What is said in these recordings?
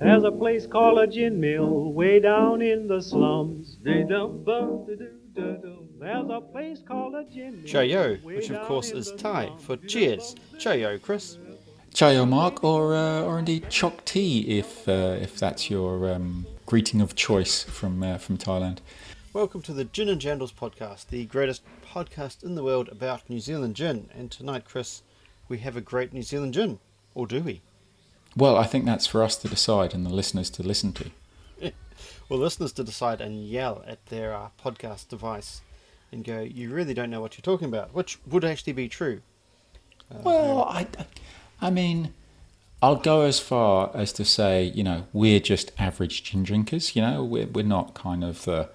There's a place called a gin mill way down in the slums. There's a place called a gin mill. Chayo, way which of down course in is the Thai slums. for cheers. Chayo, Chris. Chayo Mark, or uh, or indeed chok tea, if uh, if that's your um, greeting of choice from uh, from Thailand. Welcome to the Gin and Jandals podcast, the greatest podcast in the world about New Zealand gin. And tonight, Chris, we have a great New Zealand gin. Or do we? Well, I think that's for us to decide and the listeners to listen to. Well, listeners to decide and yell at their uh, podcast device and go, you really don't know what you're talking about, which would actually be true. Well, I, I mean, I'll go as far as to say, you know, we're just average gin drinkers. You know, we're we're not kind of. Uh,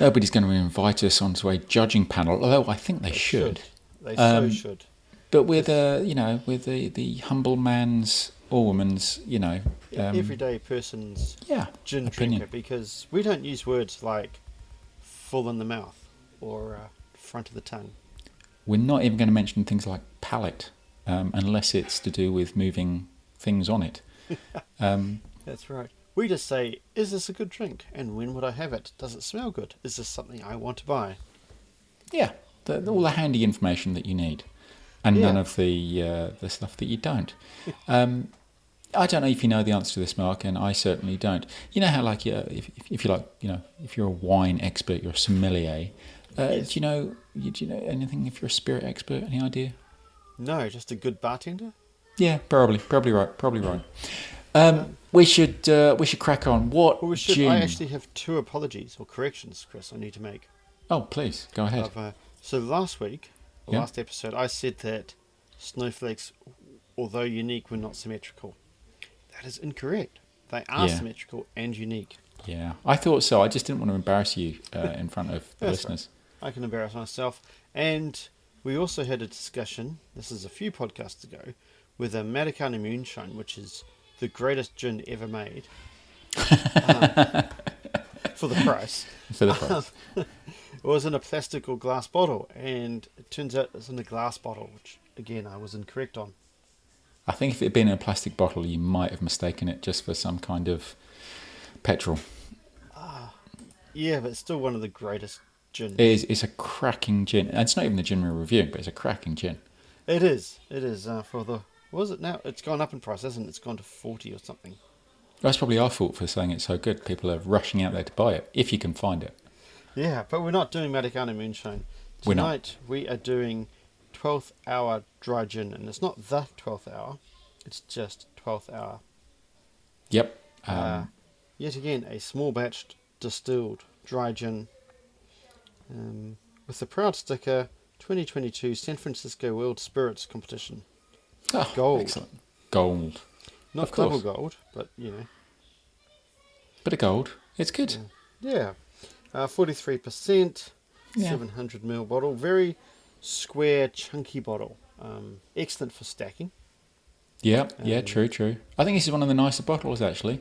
nobody's going to invite us onto a judging panel, although I think they should. They Um, so should. But we're the, you know, we're the the humble man's or woman's, you know, um, E- Everyday person's yeah, gin opinion. drinker because we don't use words like full in the mouth or uh, front of the tongue. We're not even going to mention things like palate, um, unless it's to do with moving things on it. Um, That's right. We just say, is this a good drink? And when would I have it? Does it smell good? Is this something I want to buy? Yeah, the, all the handy information that you need, and Yeah. none of the uh, the stuff that you don't. Um, I don't know if you know the answer to this, Mark, and I certainly don't. You know how, like, yeah, if, if, if you like, you know, if you're a wine expert, you're a sommelier. Uh, Yes. Do you know? You, do you know anything? If you're a spirit expert, any idea? No, just a good bartender? Yeah, probably, probably right, probably right. Um, we should uh, we should crack on. What Well, we should. gin? I actually have two apologies or corrections, Chris, I need to make. Oh, please go ahead. Of, uh, so last week, the Yeah. last episode, I said that snowflakes, although unique, were not symmetrical. That is incorrect. They are Yeah. symmetrical and unique. Yeah, I thought so. I just didn't want to embarrass you uh, in front of the That's listeners. I can embarrass myself. And we also had a discussion, this is a few podcasts ago, with a Madakana Moonshine, which is the greatest gin ever made. Um, for the price. For the prize. It was in a plastic or glass bottle, and it turns out it's in a glass bottle, which again I was incorrect on. I think if it had been in a plastic bottle, you might have mistaken it just for some kind of petrol. Yeah, but it's still one of the greatest gin. It is, it's a cracking gin. And it's not even the gin we're reviewing, but it's a cracking gin. It is. It is uh, for the. What is it now? It's gone up in price, hasn't it? It's gone to forty or something. That's probably our fault for saying it's so good. People are rushing out there to buy it, if you can find it. Yeah, but we're not doing Madakana Moonshine. We're not. Tonight we are doing 12th hour dry gin, and it's not the 12th hour, it's just 12th hour. Yep. Um, uh, yet again, a small batched distilled dry gin um, with the proud sticker 2022 San Francisco World Spirits Competition. oh, gold. Excellent. Gold. Not Of course. double gold, but you know, Bit of gold. It's good. yeah, uh, 43%, Yeah. 700 ml bottle, very square, chunky bottle. Um, excellent for stacking. Yeah, Um, yeah, true, true. I think this is one of the nicer bottles, actually.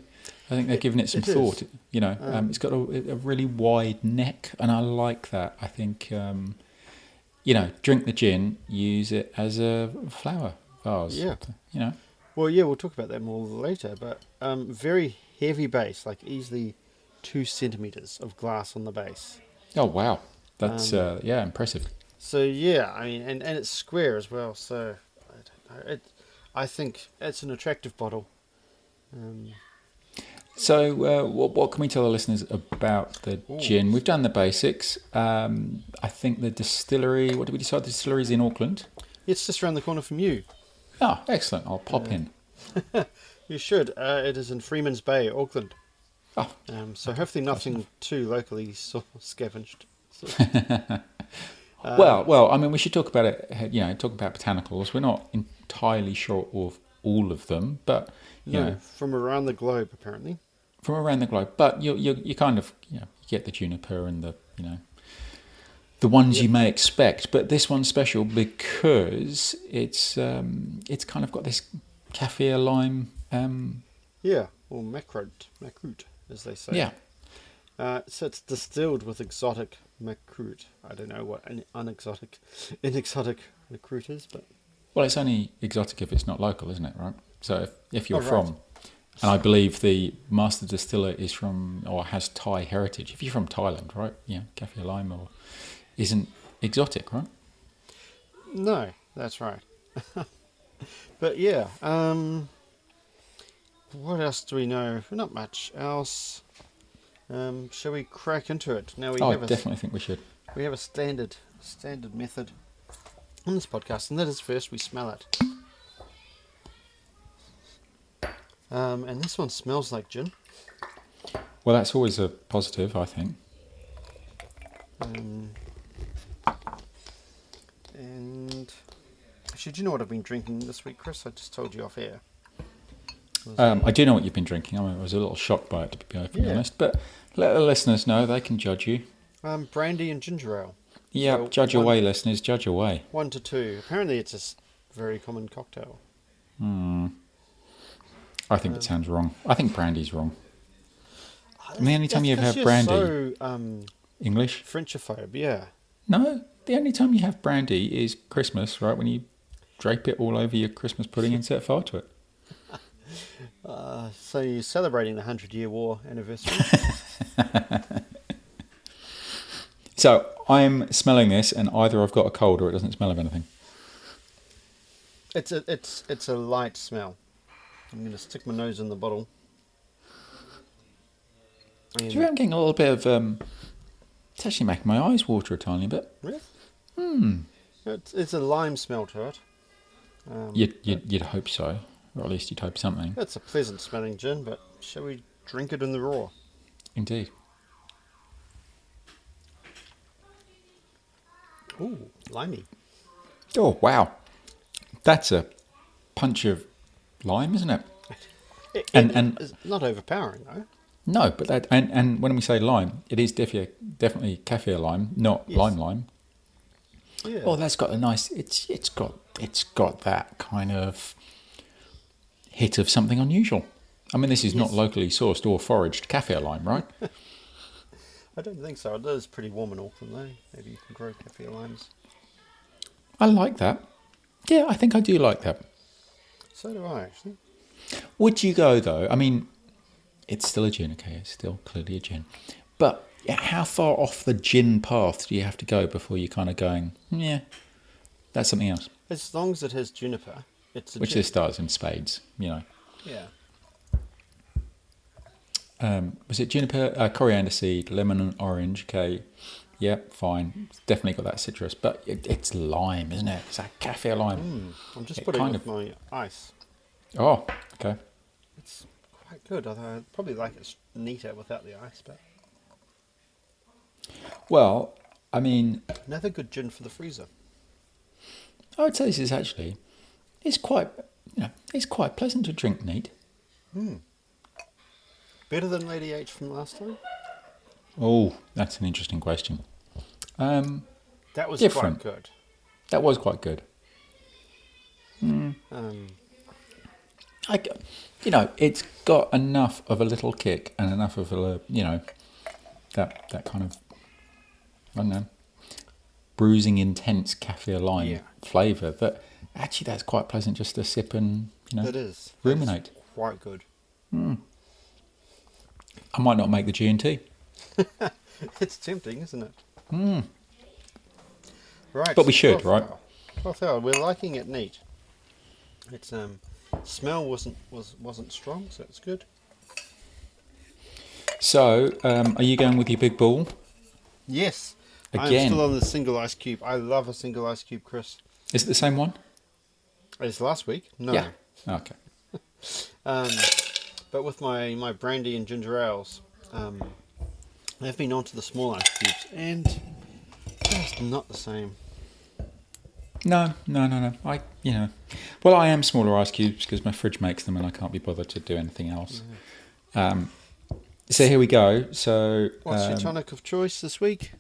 I think they've given it some it is. thought. You know, um, it's got a, a really wide neck, and I like that. I think, um, you know, drink the gin, use it as a flower vase. Yeah. You know, Well, yeah, we'll talk about that more later, but um, very heavy base, like easily two centimeters of glass on the base. oh, wow. That's, Um, uh, yeah, impressive. So yeah, I mean, and, and it's square as well. So I don't know. It, I think it's an attractive bottle. Um, So, uh, what, what can we tell the listeners about the Ooh. gin? We've done the basics. Um, I think the distillery, what did we decide? The distillery is in Auckland. it's just around the corner from you. Oh, excellent. I'll pop in. You should. Uh, it is in Freeman's Bay, Auckland. Oh, Um, so hopefully nothing too locally so scavenged. So, well, well, I mean, we should talk about it. You know, talk about botanicals. We're not entirely sure of all of them, but you no, know, from around the globe apparently. from around the globe. But you, you, you kind of, you know, you get the juniper and the, you know, the ones you may expect. But this one's special because it's, um, it's kind of got this kaffir lime. Um, Yeah, or macrot, macrot, as they say. yeah, Uh, so it's distilled with exotic macroot. I don't know what an unexotic, inexotic macroot is, but well, it's only exotic if it's not local, isn't it? Right. So if, if you're Oh, right. from And I believe the master distiller is from or has Thai heritage. If you're from Thailand, right? Yeah, kaffir lime or isn't exotic, right? No, that's right. but yeah, um, what else do we know? Not much else. Um, shall we crack into it? Now we oh, I have a, definitely think we should. we have a standard standard method on this podcast, and that is first we smell it. Um, and this one smells like gin. Well, that's always a positive, I think. Um, and actually, do you know what I've been drinking this week, Chris? I just told you off air. Um, I do know what you've been drinking. I, mean, I was a little shocked by it, to be perfectly Yeah. honest. But let the listeners know they can judge you. Um, brandy and ginger ale, Yeah, So, judge one- away, listeners. Judge away. one to two. Apparently, it's a s- very common cocktail. I think Uh, it sounds wrong. I think brandy's wrong. I mean, the only time you ever have brandy- so um, English? Frenchophobe, yeah. No. The only time you have brandy is Christmas, right? When you drape it all over your Christmas pudding and set fire to it. Uh, so you're celebrating the Hundred Year War anniversary. So I'm smelling this, and either I've got a cold or it doesn't smell of anything. it's a it's it's a light smell. I'm gonna stick my nose in the bottle. Do you reckon I'm getting a little bit of? Um, it's actually making my eyes water a tiny bit. Really? Hmm. It's, it's a lime smell to it. Um, You'd, you'd, you'd hope so, or at least you'd hope something. It's a pleasant smelling gin, but shall we drink it in the raw? Indeed. Ooh, limey. Oh wow, that's a punch of lime, isn't it? It- And- it- and- it's not overpowering though. No, but that and, and when we say lime, it is defi- definitely kaffir lime, not Yes. lime lime. Yeah. Oh, that's got a nice. It's it's got it's got that kind of hit of something unusual. I mean, this is not locally sourced or foraged kaffir lime, right? I don't think so. It is pretty warm in Auckland though. Maybe you can grow kaffir limes. I like that. Yeah, I think I do like that. So do I actually. Would you go though? I mean, it's still a gin, okay? It's still clearly a gin, but how far off the gin path do you have to go before you're kind of going? "Hmm, Yeah, that's something else. As long as it has juniper, it's a Which gin. this does in spades, you know. yeah. Um, was it juniper, uh, coriander seed, lemon and orange? Okay, yep, fine. It's definitely got that citrus, but it, it's lime, isn't it? It's that cafe lime. I'm just It putting kind off my ice. Oh, okay. It's quite good, although I'd probably like it s- neater without the ice, but Well, I mean, another good gin for the freezer. I would say this is actually it's quite you know, it's quite pleasant to drink neat. Better than Lady H from last time? Oh, that's an interesting question. Um, That was Different. quite good. that was quite good. Um, I, g- you know, it's got enough of a little kick and enough of a li- you know that that kind of I don't know bruising intense kaffir lime Yeah. flavour that actually that's quite pleasant just to sip and you know That is. that is ruminate. quite good. I might not make the G and T, It's tempting, isn't it? Right. Hmm. But we should, right? hour. Twelfth hour. We're liking it neat. It's um, smell wasn't was wasn't strong, so it's good. So, um, are you going with your big ball? Yes. I'm Again. still on the single ice cube. I love a single ice cube, Chris. Is it the same one? It's last week. No. Yeah. Okay. Um, but with my, my brandy and ginger ales, um, I've been onto the small ice cubes, and just not the same. No, no, no, no. I, you know, well, I am smaller ice cubes because my fridge makes them, and I can't be bothered to do anything else. Um, so here we go. So What's your um, tonic of choice this week?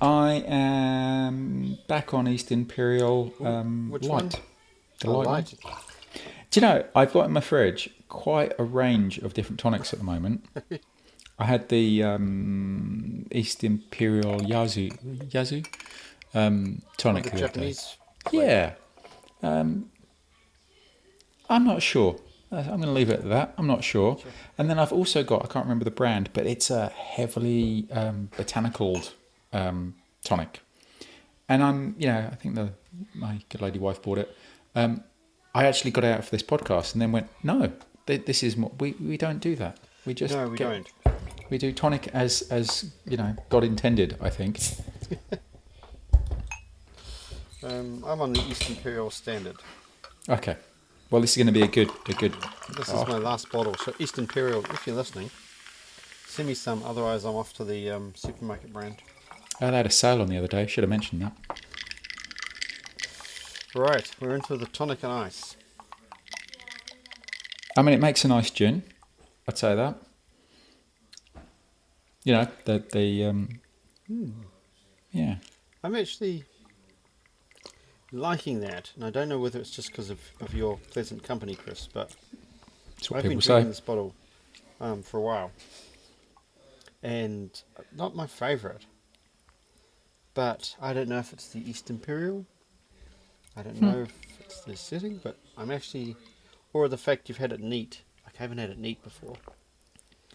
I am back on East Imperial Ooh, um, which light. one? Oh, The I light. one. like it. Do you know I've got in my fridge quite a range of different tonics at the moment. I had the um, East Imperial Yazoo Yazoo um, tonic. The other day. Japanese. Yeah. Um, I'm not sure. Uh, I'm going to leave it at that. I'm not sure. And then I've also got, I can't remember the brand, but it's a heavily um, botanical um, tonic. And I'm, you know, I think the my good lady wife bought it. Um, I actually got it out for this podcast and then went, no, th- this is more, we, we don't do that. We just No, we get- don't. We do tonic as as you know God intended. I think. Um, I'm on the East Imperial Standard. Okay. Well, this is going to be a good a good. This Oh, is my last bottle. So East Imperial, if you're listening, send me some. Otherwise, I'm off to the um, supermarket brand. I had a sale on the other day. Should have mentioned that. Right, we're into the tonic and ice. I mean, it makes a nice gin. I'd say that. You know the the um. Yeah. I'm actually liking that, and I don't know whether it's just because of, of your pleasant company, Chris, but That's what I've been people drinking say. this bottle um, for a while, and not my favourite. But I don't know if it's the East Imperial. I Hmm. don't know if it's the setting, but I'm actually, or the fact you've had it neat. Like I haven't had it neat before,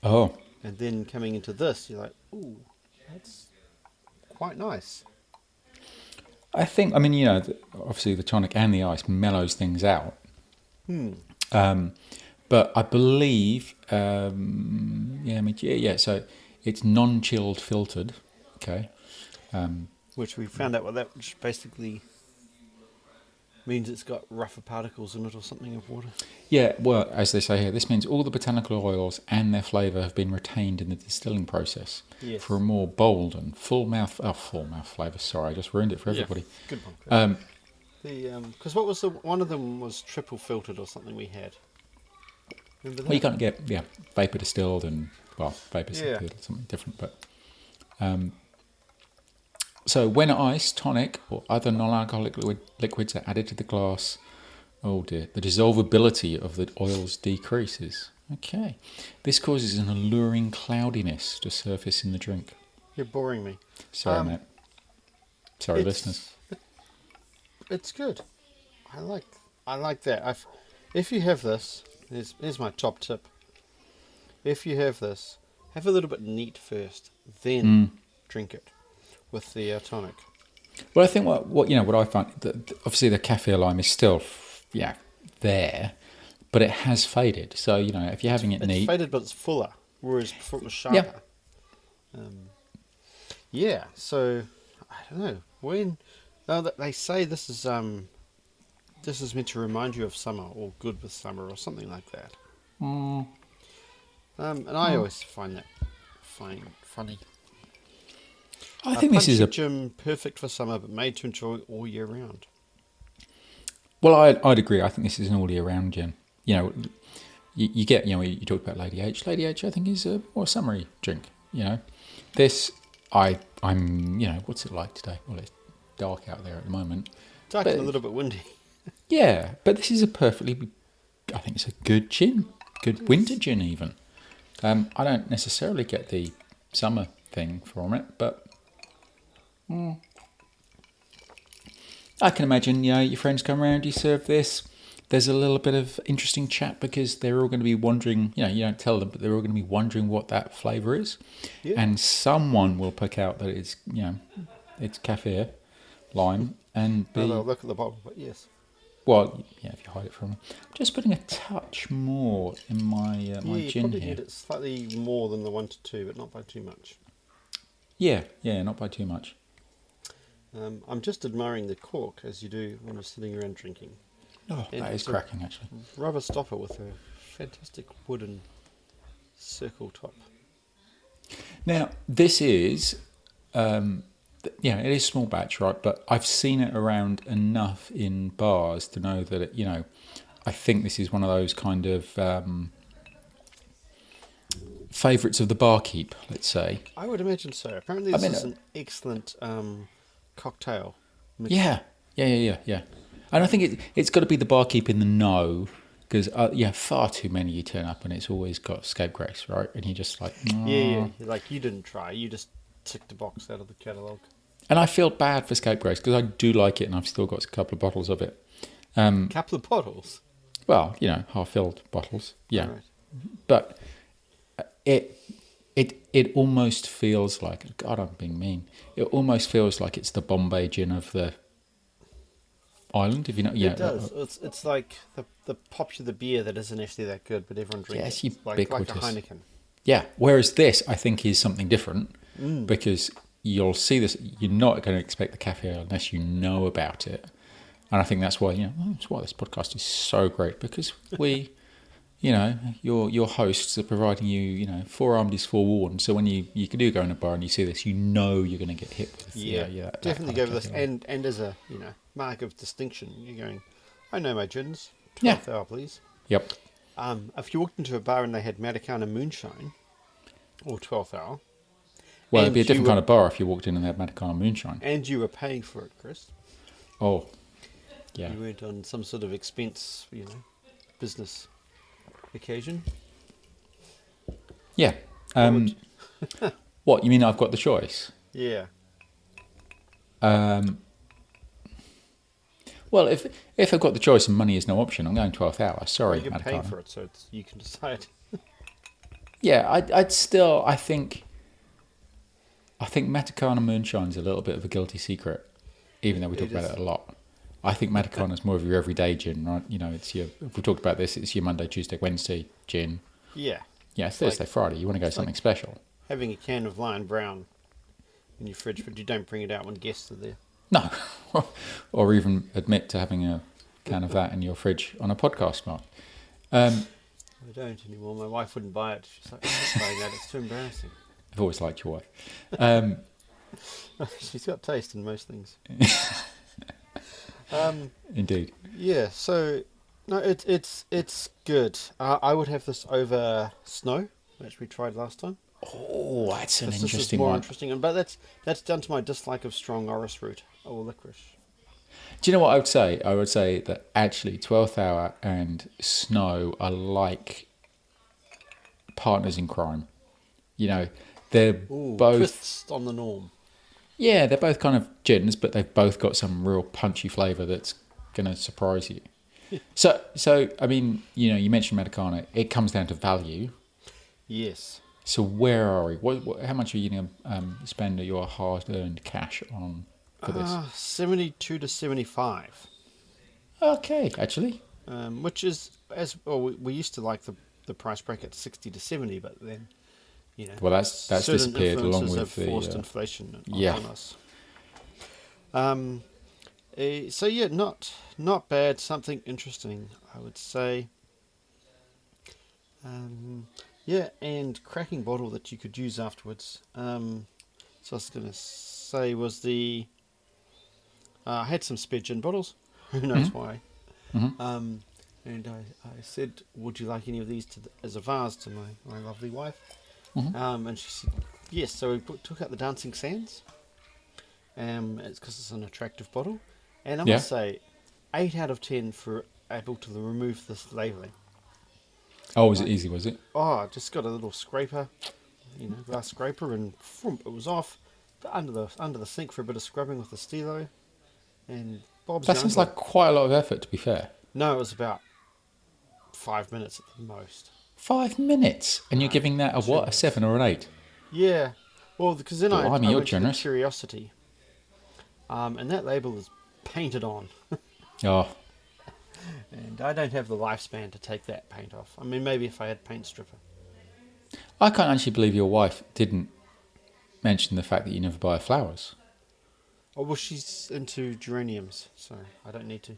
Oh, and then coming into this, you're like, ooh, that's quite nice. I think. I mean, you know, the, obviously the tonic and the ice mellows things out. Hmm. Um, but I believe, um, yeah, I mean, yeah, yeah. So it's non-chilled filtered. Okay. Um, Which we found out what that which basically means it's got rougher particles in it or something of water. yeah. Well, as they say here, this means all the botanical oils and their flavour have been retained in the distilling process Yes. for a more bold and full mouth, oh, full mouth flavour. Sorry, I just ruined it for everybody. Good one. Chris. Um, The because what was the one of them was triple filtered or something we had. Remember that? well, you can't get yeah vapor distilled and well vapor Yeah. distilled something different, but. Um, so when ice, tonic, or other non-alcoholic liquid, liquids are added to the glass, oh dear, the dissolvability of the oils decreases. Okay, this causes an alluring cloudiness to surface in the drink. You're boring me. Sorry, Um, mate. Sorry, It's- listeners. It's good. I like I like that. I've, if you have this, here's, here's my top tip. If you have this, have a little bit neat first, then Mm. drink it with the uh, tonic. Well, I think what, what you know what I find that that obviously the cafe lime is still f- yeah there, but it has faded. So you know if you're having it It's neat, faded, but it's fuller, whereas before it was sharper. Um, yeah. So I don't know when. Now that they say this is um, this is meant to remind you of summer or good with summer or something like that. mm, Um, and I Hmm. always find that find funny. I think this is a gym perfect for summer, but made to enjoy all year round. well. I, I'd agree. I think this is an all year round gin. You know, you, you get you know you, you talked about Lady H. Lady H. I think is a more summary drink. You know, this I I'm you know what's it like today? Well, it's dark out there at the moment. Dark and a But- little bit windy. Yeah, but this is a perfectly, I think it's a good gin, good winter gin even. Um, I don't necessarily get the summer thing from it, but mm. I can imagine. You know, your friends come around, you serve this. There's a little bit of interesting chat because they're all going to be wondering. You know, you don't tell them, but they're all going to be wondering what that flavour is, Yeah. and someone will pick out that it's you know, it's kaffir, lime, and be Oh, no, look at the bottle, but yes. well, yeah, if you hide it from them. I'm just putting a touch more in my uh, Yeah, my you gin probably here. need it slightly more than the one to two, but not by too much. Yeah, yeah, not by too much. Um, I'm just admiring the cork as you do when you're sitting around drinking. Oh, Yeah, that is so- cracking actually. Rubber stopper with a fantastic wooden circle top. Now this is, um, th- yeah, it is small batch, right? But I've seen it around enough in bars to know that it, you know, I think this is one of those kind of um, favourites of the barkeep. Let's say, I would imagine so. Apparently, I this mean, is uh, an excellent um, cocktail. mix. Yeah, yeah, yeah, yeah, yeah. And I think it, it's got to be the barkeep in the know because uh, yeah, far too many you turn up and it's always got scapegrace, right? And you're just like, Yeah, yeah. "Mm." yeah. Like you didn't try, you just ticked a box out of the catalogue. And I feel bad for scapegrace because I do like it and I've still got a couple of bottles of it. couple of bottles. Well, you know, half-filled bottles. Yeah, Right. but uh, it it it almost feels like God. I'm being mean. It almost feels like it's the Bombay gin of the island. If you know, yeah, it does. It's it's like the the popular beer that isn't actually that good, but everyone drinks. Yes, it. like like a ubiquitous. Heineken. Yeah. Whereas this, I think, is something different because you'll see this. You're not going to expect the cafe unless you know about it, and I think that's why you know "Oh, that's why this podcast is so great because we, you know, your your hosts are providing you you know forearmed is forewarned. So when you you do go in a bar and you see this, you know you're going to get hit. With, Yeah, yeah, that definitely kind go of with this, cafe. and and as a you know mark of distinction, you're going. I know my gins. Yeah. Twelfth hour, please. Yep. Um, if you walked into a bar and they had Matacana Moonshine, or twelfth hour, And Well, it'd be a you different were- kind of bar if you walked in and they had Matacana moonshine. and you were paying for it, Chris, Oh, yeah. you weren't on some sort of expense, you know, business occasion. Yeah. Um, what you mean? I've got the choice. Yeah, Um, well, if if I've got the choice and money is no option, I'm going twelfth hour. Sorry, you're paying Matacana. for it, so it's, you can decide. Yeah, I'd, I'd still. I think. I think Matacana Moonshine's a little bit of a guilty secret, even though we talk It about is. it a lot. I think Matacana's more of your everyday gin, right? You know, it's your. If we talked about this, it's your Monday, Tuesday, Wednesday gin. Yeah, Yeah, it's like- Thursday, Friday. You want to go something special? having a can of Lion Brown in your fridge, but you don't bring it out when guests are there. No, or even admit to having a can of that in your fridge on a podcast, Mark. Um, I don't anymore. My wife wouldn't buy it. She's like, I'm not buying that. It's too embarrassing. I've always liked your wife. Um, She's got taste in most things. um, indeed. yeah. So no, it's it's it's good. Uh, I would have this over snow, which we tried last time. Oh, that's an This, this is interesting more one. interesting, but that's that's down to my dislike of strong orris root or licorice. Do you know what I would say? I would say that actually, Twelfth Hour and Snow are like partners in crime. You know, they're Ooh, both twists on the norm. yeah, they're both kind of gins, but they've both got some real punchy flavour that's going to surprise you. So, so I mean, you know, you mentioned Medicana. It comes down to value. Yes. So where are we? What, what, how much are you going to um, spend of your hard-earned cash on for this? Ah, seventy-two to seventy-five. Okay, actually. um, which is as well. We, we used to like the the price bracket sixty to seventy, but then you know, Well, that's- that's certain disappeared along influences with have the, forced uh, inflation on, yeah. on us. Um, eh, so yeah, not not bad. Something interesting, I would say. Um, yeah, and cracking bottle that you could use afterwards. Um, so I was going to say was the. Uh, I had some spare gin bottles. Who knows Mm-hmm. why? Mhm. Um, and I, I said, "Would you like any of these to the, as a vase to my, my lovely wife?" Mhm. Um, and she said, "Yes." So we put, took out the Dancing Sands. Um, it's because it's an attractive bottle, and I Yeah. must say, eight out of ten for able to remove this labelling. Oh, was it easy? Was it? Oh, I just got a little scraper, you know, glass scraper, and vroom, it was off But under the under the sink for a bit of scrubbing with the stilo. And Bob's That your sounds uncle. like quite a lot of effort, to be fair. no, it was about five minutes at the most. Five minutes, and you're giving that a what? A seven or an eight? Yeah, well, because then I, I Blimey, went you're to the generous. curiosity, um, and that label is painted on, Oh, and I don't have the lifespan to take that paint off. I mean, maybe if I had paint stripper. I can't actually believe your wife didn't mention the fact that you never buy flowers. Oh well, she's into geraniums, so I don't need to.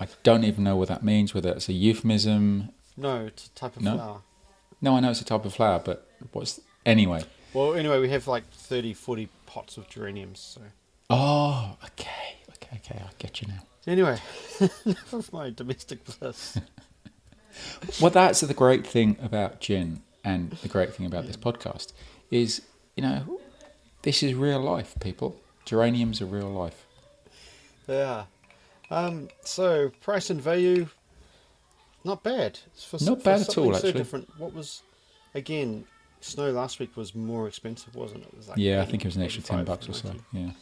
I don't even know what that means. Whether it's a euphemism. No, it's a type of No? flower. No, I know it's a type of flower, but what's anyway? Well, anyway, we have like 30, 40 pots of geraniums. So Oh, okay, okay, okay. I get you now. anyway, enough of my domestic bliss. Well, that's the great thing about gin, and the great thing about this podcast is, you know, this is real life, people. Geraniums are real life. yeah. Um. So price and value, not bad. It's For, s- Not for bad at something all, So actually. different. What was, again, snow last week was more expensive, wasn't it? It was like Yeah, I 80, think it was an extra ten 85, bucks or so. 90. Yeah.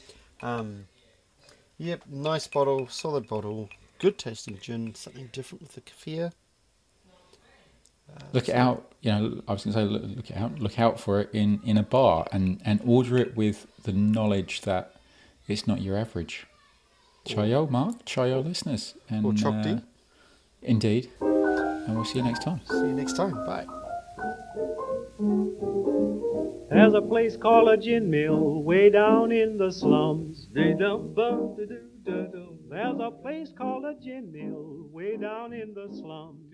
Um. Yep. Nice bottle. Solid bottle. good tasting gin, something different with the kefir. Look it out, you know. I was going to say, look, look it out, look out for it in, in a bar, and, and order it with the knowledge that it's not your average. Try your Mark. Try your listeners. And, uh, Or Choc D. Indeed. And we'll see you next time. See you next time. Bye. There's a place called a gin mill way down in the slums. There's a place called a gin mill way down in the slums.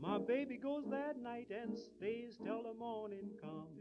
My baby goes that night and stays till the morning comes.